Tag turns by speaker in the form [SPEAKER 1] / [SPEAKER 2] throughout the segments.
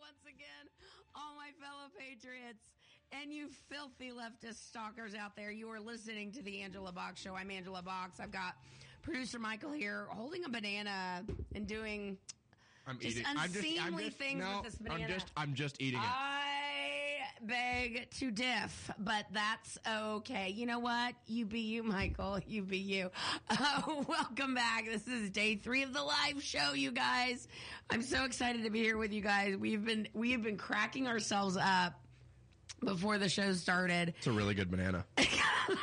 [SPEAKER 1] once again, all my fellow patriots and you filthy leftist stalkers out there. You are listening to the Angela Box Show. I'm Angela Box. I've got producer Michael here holding a banana and doing
[SPEAKER 2] I'm
[SPEAKER 1] Just
[SPEAKER 2] eating. I'm just, I'm
[SPEAKER 1] unseemly
[SPEAKER 2] just,
[SPEAKER 1] things
[SPEAKER 2] no,
[SPEAKER 1] with this banana. Uh,
[SPEAKER 2] I'm just, I'm just eating it.
[SPEAKER 1] I beg to diff, but that's okay. You know what? You be you, Michael. You be you. Uh, welcome back. This is day three of the live show, you guys. I'm so excited to be here with you guys. We've been we have been cracking ourselves up before the show started.
[SPEAKER 2] It's a really good banana. You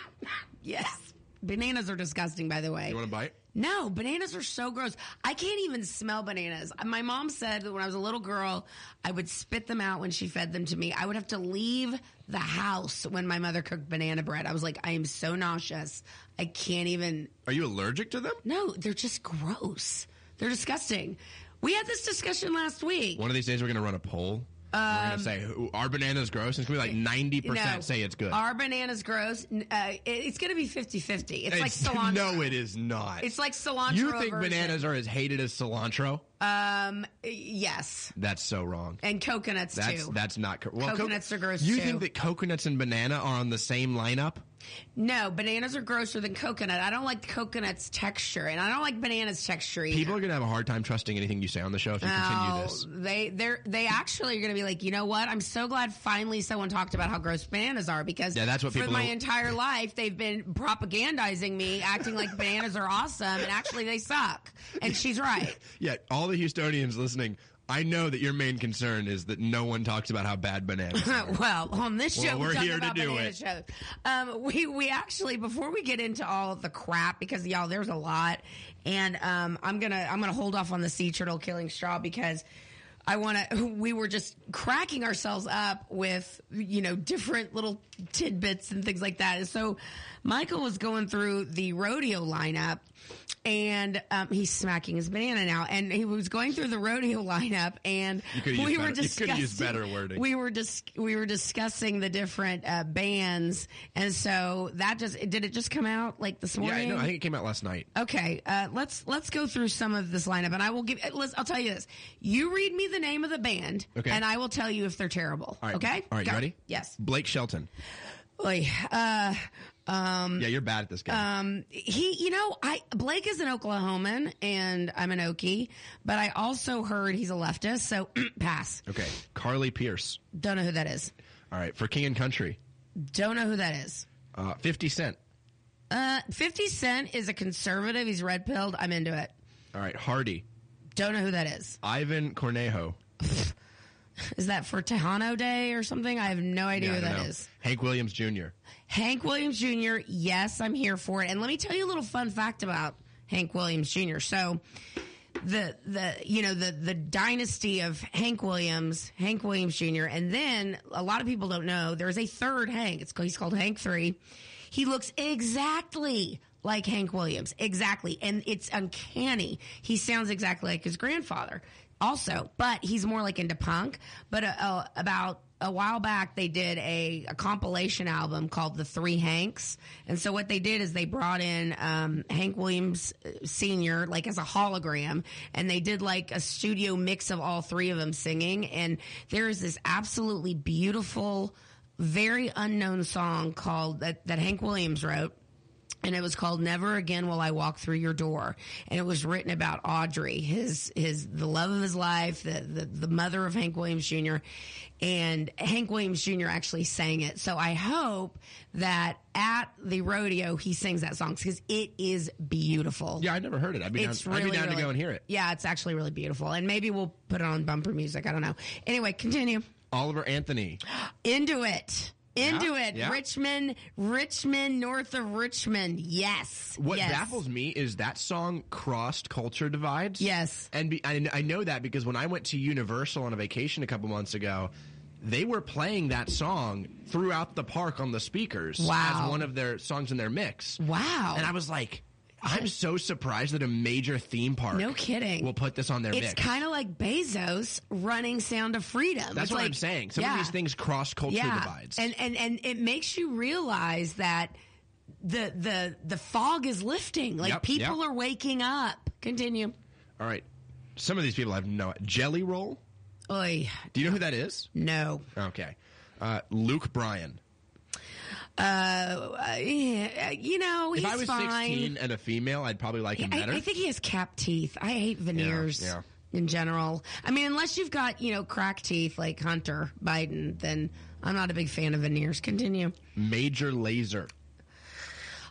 [SPEAKER 1] Yes. Bananas are disgusting, by the way.
[SPEAKER 2] want to bite?
[SPEAKER 1] No, bananas are so gross. I can't even smell bananas. My mom said that when I was a little girl, I would spit them out when she fed them to me. I would have to leave the house when my mother cooked banana bread. I was like, I am so nauseous. I can't even.
[SPEAKER 2] Are you allergic to them?
[SPEAKER 1] No, they're just gross. They're disgusting. We had this discussion last week.
[SPEAKER 2] One of these days, we're going to run a poll. we're going to say "Who- our banana's gross, and it's going to be like ninety
[SPEAKER 1] Um, No.
[SPEAKER 2] percent say it's good.
[SPEAKER 1] Our banana's gross. N- Uh, it- it's going to be 50 50. It's, like
[SPEAKER 2] It's-
[SPEAKER 1] cilantro.
[SPEAKER 2] No, it is not.
[SPEAKER 1] It's like cilantro.
[SPEAKER 2] you think
[SPEAKER 1] version.
[SPEAKER 2] bananas are as hated as cilantro?
[SPEAKER 1] Yes.
[SPEAKER 2] That's so wrong.
[SPEAKER 1] And coconuts
[SPEAKER 2] That's
[SPEAKER 1] too.
[SPEAKER 2] that's not correct. Well, co-
[SPEAKER 1] Coconuts are gross,
[SPEAKER 2] You
[SPEAKER 1] too.
[SPEAKER 2] think that coconuts and banana are on the same lineup?
[SPEAKER 1] No, bananas are grosser than coconut. I don't like coconut's texture, and I don't like bananas texture. Either.
[SPEAKER 2] People are going to have a hard time trusting anything you say on the show if you continue
[SPEAKER 1] Oh,
[SPEAKER 2] this.
[SPEAKER 1] They they they actually are going to be like, you know what? I'm so glad finally someone talked about how gross bananas are because
[SPEAKER 2] Yeah, that's what
[SPEAKER 1] for
[SPEAKER 2] people
[SPEAKER 1] my
[SPEAKER 2] don't-
[SPEAKER 1] entire life they've been propagandizing me, acting like bananas are awesome, and actually they suck. And she's right.
[SPEAKER 2] Yeah, all the Houstonians listening, I know that your main concern is that no one talks about how bad bananas are.
[SPEAKER 1] well, on this show,
[SPEAKER 2] Well,
[SPEAKER 1] we're,
[SPEAKER 2] we're
[SPEAKER 1] talking
[SPEAKER 2] here to
[SPEAKER 1] about
[SPEAKER 2] do
[SPEAKER 1] banana
[SPEAKER 2] it.
[SPEAKER 1] shows. Um, we we actually before we get into all of the crap because y'all, there's a lot, and um, I'm gonna I'm gonna hold off on the sea turtle killing straw because. I want to. We were just cracking ourselves up with, you know, different little tidbits and things like that. And so, Michael was going through the rodeo lineup, and um, he's smacking his banana now. And he was going through the rodeo lineup, and
[SPEAKER 2] You could've
[SPEAKER 1] we were
[SPEAKER 2] used better- you
[SPEAKER 1] discussing.
[SPEAKER 2] could've used better wording.
[SPEAKER 1] We were dis- we were discussing the different uh, bands, and so that just did it. Just come out like this
[SPEAKER 2] Yeah,
[SPEAKER 1] morning.
[SPEAKER 2] I know. I think it came out last night.
[SPEAKER 1] okay, uh, let's let's go through some of this lineup, and I will give. uh, Let's, I'll tell you this: you read me the name of the band,
[SPEAKER 2] Okay.
[SPEAKER 1] and I will tell you if they're terrible.
[SPEAKER 2] All right.
[SPEAKER 1] Okay.
[SPEAKER 2] All right,
[SPEAKER 1] Go.
[SPEAKER 2] you ready?
[SPEAKER 1] Yes.
[SPEAKER 2] Blake Shelton.
[SPEAKER 1] Oy, uh, Mm.
[SPEAKER 2] yeah, you're bad at this guy.
[SPEAKER 1] he, you know, I Blake is an Oklahoman, and I'm an Okie, but I also heard he's a leftist, so pass.
[SPEAKER 2] okay. Carly Pierce.
[SPEAKER 1] Don't know who that is.
[SPEAKER 2] All right. For King and Country,
[SPEAKER 1] Don't know who that is.
[SPEAKER 2] uh, 50 Cent.
[SPEAKER 1] Uh, 50 Cent is a conservative. He's red pilled. I'm into it.
[SPEAKER 2] All right. Hardy.
[SPEAKER 1] Don't know who that is.
[SPEAKER 2] Ivan Cornejo.
[SPEAKER 1] Is that for Tejano Day or something? I have no idea
[SPEAKER 2] Yeah, I
[SPEAKER 1] who
[SPEAKER 2] don't
[SPEAKER 1] that is.
[SPEAKER 2] know. Hank Williams Jr.
[SPEAKER 1] Hank Williams Jr., yes, I'm here for it. And let me tell you a little fun fact about Hank Williams Jr. So the the you know the the dynasty of Hank Williams, Hank Williams Jr. And then a lot of people don't know there's a third Hank. It's called, he's called Hank Three. He looks exactly like Hank Williams, exactly, and it's uncanny. He sounds exactly like his grandfather, also, but he's more like into punk. But uh, uh, about a while back they did a, a compilation album called the three hanks and so what they did is they brought in um, hank williams uh, senior like as a hologram and they did like a studio mix of all three of them singing and there is this absolutely beautiful very unknown song called that, that hank williams wrote and it was called Never Again Will I Walk Through Your Door. And it was written about Audrey, his his the love of his life, the the, the mother of Hank Williams Jr. And Hank Williams Jr. actually sang it. So I hope that at the rodeo he sings that song because it is beautiful.
[SPEAKER 2] Yeah, I never heard it. I'd be down,
[SPEAKER 1] It's really,
[SPEAKER 2] I'd be down
[SPEAKER 1] really-
[SPEAKER 2] to go and hear it.
[SPEAKER 1] Yeah, it's actually really beautiful. And maybe we'll put it on bumper music. I don't know. Anyway, continue
[SPEAKER 2] Oliver Anthony.
[SPEAKER 1] into it. Into
[SPEAKER 2] Yeah,
[SPEAKER 1] it.
[SPEAKER 2] yeah.
[SPEAKER 1] Richmond, Richmond, north of Richmond. Yes.
[SPEAKER 2] What
[SPEAKER 1] yes.
[SPEAKER 2] baffles me is that song crossed culture divides.
[SPEAKER 1] Yes.
[SPEAKER 2] and be, I, I know that because when I went to Universal on a vacation a couple months ago, they were playing that song throughout the park on the speakers
[SPEAKER 1] Wow.
[SPEAKER 2] as one of their songs in their mix.
[SPEAKER 1] Wow.
[SPEAKER 2] And I was like, I'm so surprised that a major theme park,
[SPEAKER 1] No kidding.
[SPEAKER 2] will put this on their
[SPEAKER 1] It's
[SPEAKER 2] mix.
[SPEAKER 1] kind of like Bezos running Sound of Freedom.
[SPEAKER 2] That's
[SPEAKER 1] It's
[SPEAKER 2] what
[SPEAKER 1] like-
[SPEAKER 2] I'm saying. Some
[SPEAKER 1] yeah.
[SPEAKER 2] of these things cross culture
[SPEAKER 1] yeah.
[SPEAKER 2] divides.
[SPEAKER 1] And and and it makes you realize that the the the fog is lifting. Like
[SPEAKER 2] Yep,
[SPEAKER 1] people
[SPEAKER 2] yep.
[SPEAKER 1] are waking up. Continue.
[SPEAKER 2] All right, some of these people I've no Jelly Roll.
[SPEAKER 1] Oy,
[SPEAKER 2] Do you know who that is?
[SPEAKER 1] no.
[SPEAKER 2] Okay. Uh, Luke Bryan.
[SPEAKER 1] Uh, yeah, you know,
[SPEAKER 2] If
[SPEAKER 1] he's
[SPEAKER 2] I was
[SPEAKER 1] fine.
[SPEAKER 2] 16 and a female, I'd probably like him
[SPEAKER 1] I,
[SPEAKER 2] better.
[SPEAKER 1] I think he has capped teeth. I hate veneers
[SPEAKER 2] yeah.
[SPEAKER 1] in general. I mean, unless you've got, you know, crack teeth like Hunter Biden, then I'm not a big fan of veneers. Continue.
[SPEAKER 2] Major Laser.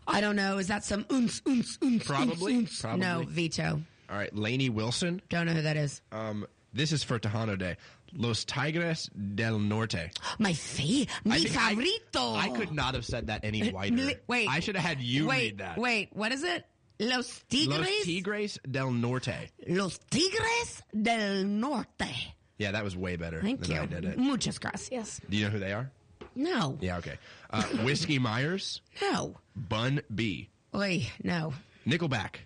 [SPEAKER 1] I don't know. Is that some oons, oons, oons,
[SPEAKER 2] Probably,
[SPEAKER 1] oons, oons?
[SPEAKER 2] probably.
[SPEAKER 1] No, veto.
[SPEAKER 2] All right, Laney Wilson.
[SPEAKER 1] Don't know who that is.
[SPEAKER 2] Um, this is for Tejano Day. Los Tigres del Norte.
[SPEAKER 1] My fa-
[SPEAKER 2] I
[SPEAKER 1] mi
[SPEAKER 2] think I-
[SPEAKER 1] favorito.
[SPEAKER 2] I could not have said that any wider.
[SPEAKER 1] Oh. Wait.
[SPEAKER 2] I should have had you
[SPEAKER 1] wait,
[SPEAKER 2] read that.
[SPEAKER 1] Wait, what is it? Los Tigres?
[SPEAKER 2] Los Tigres del Norte.
[SPEAKER 1] Los Tigres del Norte.
[SPEAKER 2] Yeah, that was way better
[SPEAKER 1] Thank
[SPEAKER 2] than
[SPEAKER 1] you.
[SPEAKER 2] I did it.
[SPEAKER 1] Muchas gracias.
[SPEAKER 2] Do you know who they are?
[SPEAKER 1] No.
[SPEAKER 2] Yeah, okay. Uh, Whiskey Myers,
[SPEAKER 1] No.
[SPEAKER 2] Bun B,
[SPEAKER 1] Oy, no.
[SPEAKER 2] Nickelback.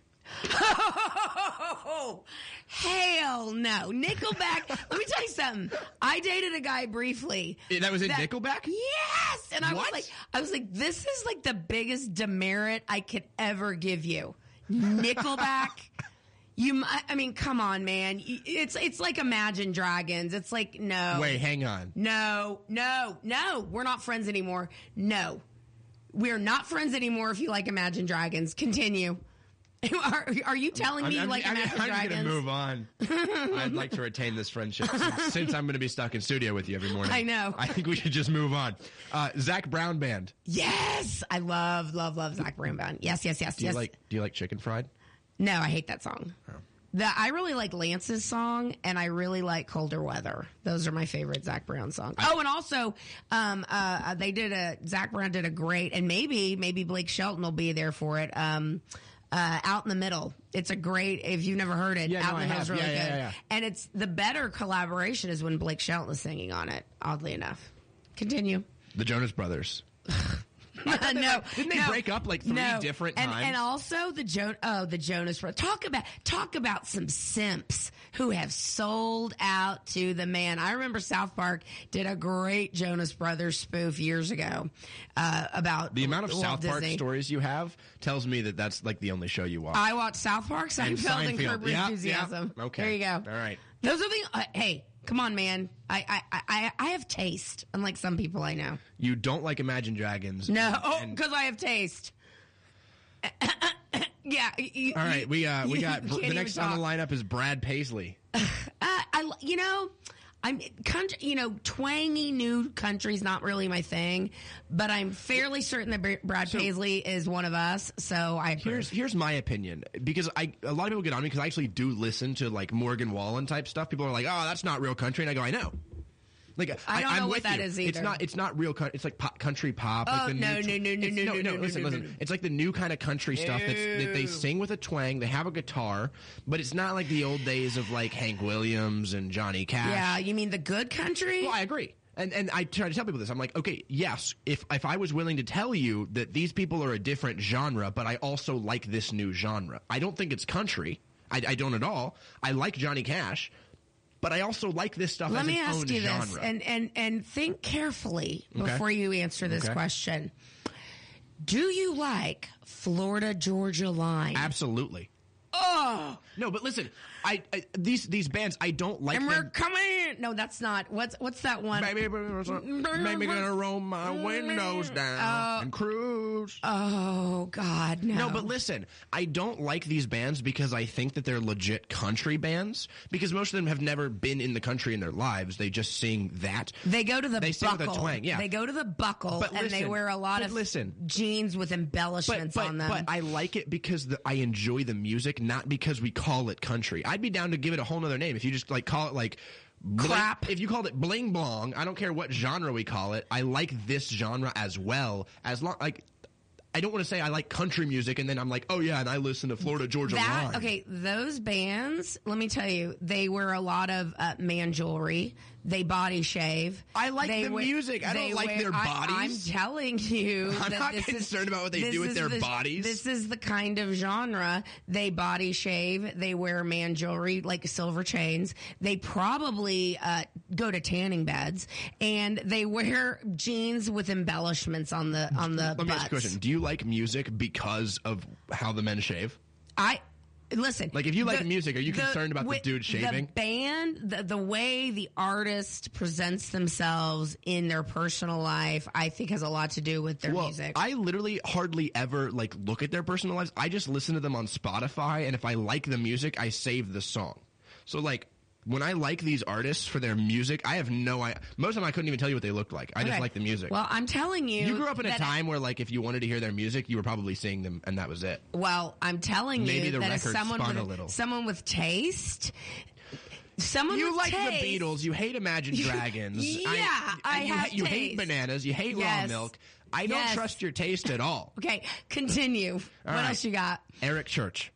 [SPEAKER 1] Oh, hell no. Nickelback. let me tell you something. I dated a guy briefly.
[SPEAKER 2] Eh, That was in
[SPEAKER 1] That-
[SPEAKER 2] Nickelback?
[SPEAKER 1] Yes. And I was
[SPEAKER 2] What?
[SPEAKER 1] like, I was like, this is like the biggest demerit I could ever give you. Nickelback. You, mi- I mean, come on, man. Y- It's it's like Imagine Dragons. It's like no,
[SPEAKER 2] Wait, hang on.
[SPEAKER 1] no, no, no. We're not friends anymore. No, we're not friends anymore. If you like Imagine Dragons, continue. Are, are you telling me you like
[SPEAKER 2] I'm,
[SPEAKER 1] Imagine
[SPEAKER 2] I'm
[SPEAKER 1] Dragons?
[SPEAKER 2] gonna move on. I'd like to retain this friendship since, since I'm gonna be stuck in studio with you every morning.
[SPEAKER 1] I know.
[SPEAKER 2] I think we should just move on. Uh, Zach Brown Band.
[SPEAKER 1] Yes, I love, love, love Zach Brown Band. Yes, yes, yes,
[SPEAKER 2] Do
[SPEAKER 1] yes.
[SPEAKER 2] you like Do you like chicken fried?
[SPEAKER 1] no, I hate that song.
[SPEAKER 2] Oh.
[SPEAKER 1] The I really like Lance's song, and I really like Colder Weather. Those are my favorite Zach Brown songs. oh, and also, um, uh, uh, they did a Zach Brown did a great, and maybe maybe Blake Shelton will be there for it. Um, uh, out in the middle, it's a great. If you've never heard it,
[SPEAKER 2] Yeah, no,
[SPEAKER 1] out
[SPEAKER 2] I
[SPEAKER 1] in the middle is
[SPEAKER 2] have.
[SPEAKER 1] really
[SPEAKER 2] Yeah, yeah,
[SPEAKER 1] good.
[SPEAKER 2] yeah, yeah.
[SPEAKER 1] And it's the better collaboration is when Blake Shelton is singing on it. Oddly enough, continue.
[SPEAKER 2] The Jonas Brothers.
[SPEAKER 1] no,
[SPEAKER 2] didn't they
[SPEAKER 1] no,
[SPEAKER 2] break up, like, three
[SPEAKER 1] no.
[SPEAKER 2] different
[SPEAKER 1] and,
[SPEAKER 2] times?
[SPEAKER 1] And also the jo- oh the Jonas Brothers. Talk about talk about some simps who have sold out to the man. I remember South Park did a great Jonas Brothers spoof years ago uh, about
[SPEAKER 2] The amount of
[SPEAKER 1] Walt
[SPEAKER 2] South Park
[SPEAKER 1] Disney.
[SPEAKER 2] stories you have tells me that that's like the only show you watch.
[SPEAKER 1] I watched South Park, Seinfeld, and,
[SPEAKER 2] Seinfeld.
[SPEAKER 1] Curb Your
[SPEAKER 2] Yeah, yeah.
[SPEAKER 1] Enthusiasm.
[SPEAKER 2] Okay.
[SPEAKER 1] there you go.
[SPEAKER 2] All right.
[SPEAKER 1] those are the uh, hey. Come on, man. I, I- I I I have taste, unlike some people I know.
[SPEAKER 2] you don't like Imagine Dragons.
[SPEAKER 1] No,
[SPEAKER 2] and- and-
[SPEAKER 1] because I have taste. yeah. You,
[SPEAKER 2] all right, we uh, we
[SPEAKER 1] you
[SPEAKER 2] got
[SPEAKER 1] can't
[SPEAKER 2] the
[SPEAKER 1] even
[SPEAKER 2] next on the
[SPEAKER 1] talk.
[SPEAKER 2] lineup is Brad Paisley.
[SPEAKER 1] Uh, I, you know, I'm country. You know, twangy new country's not really my thing, but I'm fairly certain that Br- Brad Paisley is one of us. So I
[SPEAKER 2] Here's here's my opinion because I a lot of people get on me because I actually do listen to like Morgan Wallen type stuff. People are like, "Oh, that's not real country," and I go, "I know." Like
[SPEAKER 1] I don't
[SPEAKER 2] am
[SPEAKER 1] know what
[SPEAKER 2] with
[SPEAKER 1] that
[SPEAKER 2] you.
[SPEAKER 1] is
[SPEAKER 2] It's
[SPEAKER 1] either.
[SPEAKER 2] not it's not real. Country, it's like pop, country pop. like
[SPEAKER 1] Oh,
[SPEAKER 2] the
[SPEAKER 1] no,
[SPEAKER 2] new,
[SPEAKER 1] no, no, no,
[SPEAKER 2] it's-
[SPEAKER 1] no, no, no,
[SPEAKER 2] Listen,
[SPEAKER 1] no,
[SPEAKER 2] listen.
[SPEAKER 1] no, no.
[SPEAKER 2] It's like the new kind of country stuff that's, that they sing with a twang. They have a guitar, but it's not like the old days of like Hank Williams and Johnny Cash.
[SPEAKER 1] yeah. You mean the good country?
[SPEAKER 2] Well, I agree. And and I try to tell people this. I'm like, okay, yes, if if I was willing to tell you that these people are a different genre, but I also like this new genre. I don't think it's country. I, I don't at all. I like Johnny Cash, but I also like this stuff
[SPEAKER 1] Let
[SPEAKER 2] as
[SPEAKER 1] me
[SPEAKER 2] its
[SPEAKER 1] ask
[SPEAKER 2] own
[SPEAKER 1] you
[SPEAKER 2] genre.
[SPEAKER 1] this, and and and think carefully
[SPEAKER 2] Okay.
[SPEAKER 1] before you answer this
[SPEAKER 2] Okay.
[SPEAKER 1] question. Do you like Florida Georgia Line?
[SPEAKER 2] Absolutely.
[SPEAKER 1] oh.
[SPEAKER 2] No, but listen, I, I these these bands I don't like
[SPEAKER 1] And we're
[SPEAKER 2] them.
[SPEAKER 1] coming. No, that's not. What's what's that one?
[SPEAKER 2] Maybe, maybe gonna roll my windows down and cruise.
[SPEAKER 1] Oh God, no.
[SPEAKER 2] No, but listen, I don't like these bands because I think that they're legit country bands because most of them have never been in the country in their lives. They just sing that.
[SPEAKER 1] they go to the
[SPEAKER 2] They sing
[SPEAKER 1] buckle.
[SPEAKER 2] with a twang, yeah.
[SPEAKER 1] They go to the buckle,
[SPEAKER 2] But
[SPEAKER 1] and they
[SPEAKER 2] listen,
[SPEAKER 1] wear a lot
[SPEAKER 2] but
[SPEAKER 1] of
[SPEAKER 2] listen.
[SPEAKER 1] jeans with
[SPEAKER 2] But,
[SPEAKER 1] embellishments
[SPEAKER 2] but,
[SPEAKER 1] on them.
[SPEAKER 2] but I like it because the, I enjoy the music, not because we call it country. I'd be down to give it a whole nother name if you just like call it like bling-
[SPEAKER 1] Crap.
[SPEAKER 2] If you called it bling blong, I don't care what genre we call it. I like this genre as well as long like. I don't want to say I like country music and then I'm like, oh yeah, and I listen to Florida Georgia
[SPEAKER 1] that
[SPEAKER 2] Line.
[SPEAKER 1] okay, those bands. Let me tell you, they wear a lot of uh, man jewelry. They body shave.
[SPEAKER 2] I like
[SPEAKER 1] They
[SPEAKER 2] the
[SPEAKER 1] wear-
[SPEAKER 2] music. I don't
[SPEAKER 1] they
[SPEAKER 2] like
[SPEAKER 1] wear-
[SPEAKER 2] their
[SPEAKER 1] I-
[SPEAKER 2] bodies.
[SPEAKER 1] I'm telling you,
[SPEAKER 2] I'm
[SPEAKER 1] that
[SPEAKER 2] not
[SPEAKER 1] this is-
[SPEAKER 2] concerned about what they
[SPEAKER 1] this
[SPEAKER 2] do with
[SPEAKER 1] is
[SPEAKER 2] their
[SPEAKER 1] the-
[SPEAKER 2] bodies.
[SPEAKER 1] This is the kind of genre they body shave. They wear man jewelry like silver chains. They probably uh, go to tanning beds and they wear jeans with embellishments on the on the.
[SPEAKER 2] Let me ask you a
[SPEAKER 1] butts.
[SPEAKER 2] question. Do you like music because of how the men shave?
[SPEAKER 1] I Listen,
[SPEAKER 2] Like, if you like music, are you concerned about the
[SPEAKER 1] wi-
[SPEAKER 2] dude shaving?
[SPEAKER 1] The band, the, the way the artist presents themselves in their personal life, I think has a lot to do with their
[SPEAKER 2] Well,
[SPEAKER 1] music.
[SPEAKER 2] I literally hardly ever like look at their personal lives. I just listen to them on Spotify, and if I like the music, I save the song. So like when I like these artists for their music, I have no. I most of them I couldn't even tell you what they looked like. I just
[SPEAKER 1] Okay.
[SPEAKER 2] like the music.
[SPEAKER 1] Well, I'm telling you,
[SPEAKER 2] you grew up in a
[SPEAKER 1] that-
[SPEAKER 2] time where like if you wanted to hear their music, you were probably seeing them, and that was it.
[SPEAKER 1] Well, I'm telling
[SPEAKER 2] Maybe
[SPEAKER 1] you
[SPEAKER 2] the
[SPEAKER 1] that as
[SPEAKER 2] record
[SPEAKER 1] someone
[SPEAKER 2] spun
[SPEAKER 1] with
[SPEAKER 2] a little.
[SPEAKER 1] someone with taste, someone
[SPEAKER 2] You
[SPEAKER 1] with
[SPEAKER 2] like
[SPEAKER 1] taste,
[SPEAKER 2] the Beatles. You hate Imagine Dragons.
[SPEAKER 1] Yeah, I
[SPEAKER 2] you,
[SPEAKER 1] have
[SPEAKER 2] You
[SPEAKER 1] taste.
[SPEAKER 2] hate bananas. You hate raw
[SPEAKER 1] Yes.
[SPEAKER 2] milk. I don't
[SPEAKER 1] Yes.
[SPEAKER 2] trust your taste at all.
[SPEAKER 1] Okay, continue. what
[SPEAKER 2] right.
[SPEAKER 1] else you got?
[SPEAKER 2] Eric Church.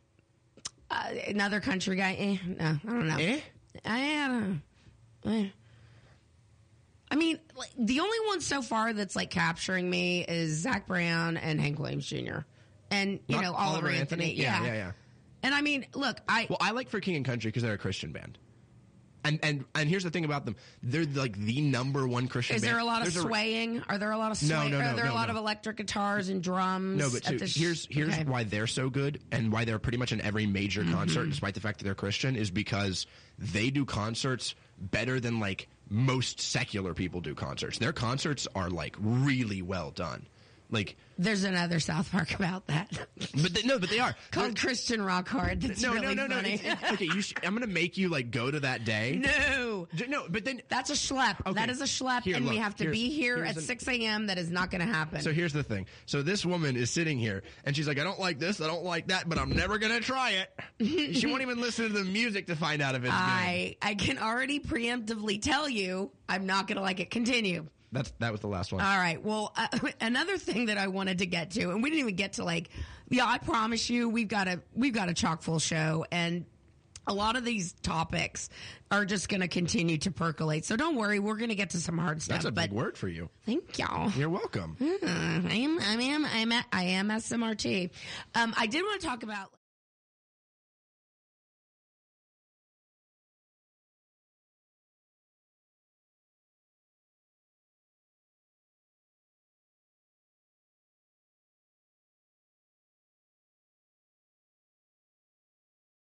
[SPEAKER 1] Uh, another country guy? Eh, no, I don't know.
[SPEAKER 2] Eh?
[SPEAKER 1] I don't know. Eh. I mean, like, the only one so far that's like capturing me is Zach Brown and Hank Williams Jr. And you
[SPEAKER 2] Not
[SPEAKER 1] know Oliver, Anthony.
[SPEAKER 2] Yeah, yeah, yeah.
[SPEAKER 1] And I mean, look, I
[SPEAKER 2] Well, I like for King and Country because they're a Christian band. And and and here's the thing about them: they're like the number one Christian.
[SPEAKER 1] Is
[SPEAKER 2] band.
[SPEAKER 1] there a lot of
[SPEAKER 2] There's
[SPEAKER 1] swaying? Are there a lot of
[SPEAKER 2] No,
[SPEAKER 1] swaying?
[SPEAKER 2] no, no,
[SPEAKER 1] Are there
[SPEAKER 2] no,
[SPEAKER 1] a lot
[SPEAKER 2] no.
[SPEAKER 1] of electric guitars and drums?
[SPEAKER 2] No, but
[SPEAKER 1] at
[SPEAKER 2] too,
[SPEAKER 1] the sh-
[SPEAKER 2] here's here's
[SPEAKER 1] Okay. Mm-hmm.
[SPEAKER 2] why they're so good and why they're pretty much in every major concert, despite the fact that they're Christian, is because they do concerts better than like most secular people do concerts. Their concerts are like really well done. Like,
[SPEAKER 1] There's another South Park about that
[SPEAKER 2] but they, no, but they are
[SPEAKER 1] called Christian Rock Hard. That's
[SPEAKER 2] no,
[SPEAKER 1] really
[SPEAKER 2] no, no,
[SPEAKER 1] funny.
[SPEAKER 2] no. It's- okay, you sh- I'm gonna make you like go to that day.
[SPEAKER 1] no.
[SPEAKER 2] J- no, but then
[SPEAKER 1] That's a schlep.
[SPEAKER 2] Okay.
[SPEAKER 1] That is a schlep,
[SPEAKER 2] Here,
[SPEAKER 1] and we
[SPEAKER 2] look,
[SPEAKER 1] have to
[SPEAKER 2] here's-
[SPEAKER 1] be here
[SPEAKER 2] here's
[SPEAKER 1] at
[SPEAKER 2] an-
[SPEAKER 1] 6 a.m. That is not going to happen.
[SPEAKER 2] So here's the thing. So this woman is sitting here and she's like, I don't like this, I don't like that, but I'm never gonna try it. she won't even listen to the music to find out if it's good.
[SPEAKER 1] I I can already preemptively tell you I'm not going to like it. Continue.
[SPEAKER 2] That's that was the last one.
[SPEAKER 1] All right. Well, uh, another thing that I wanted to get to, and we didn't even get to like, yeah, I promise you, we've got a we've got a chock full show, and a lot of these topics are just going to continue to percolate. So don't worry, we're going to get to some hard stuff.
[SPEAKER 2] That's a
[SPEAKER 1] but
[SPEAKER 2] big word for you.
[SPEAKER 1] thank y'all.
[SPEAKER 2] You're welcome.
[SPEAKER 1] I am I am I am I am SMRT. Um, I did want to talk about.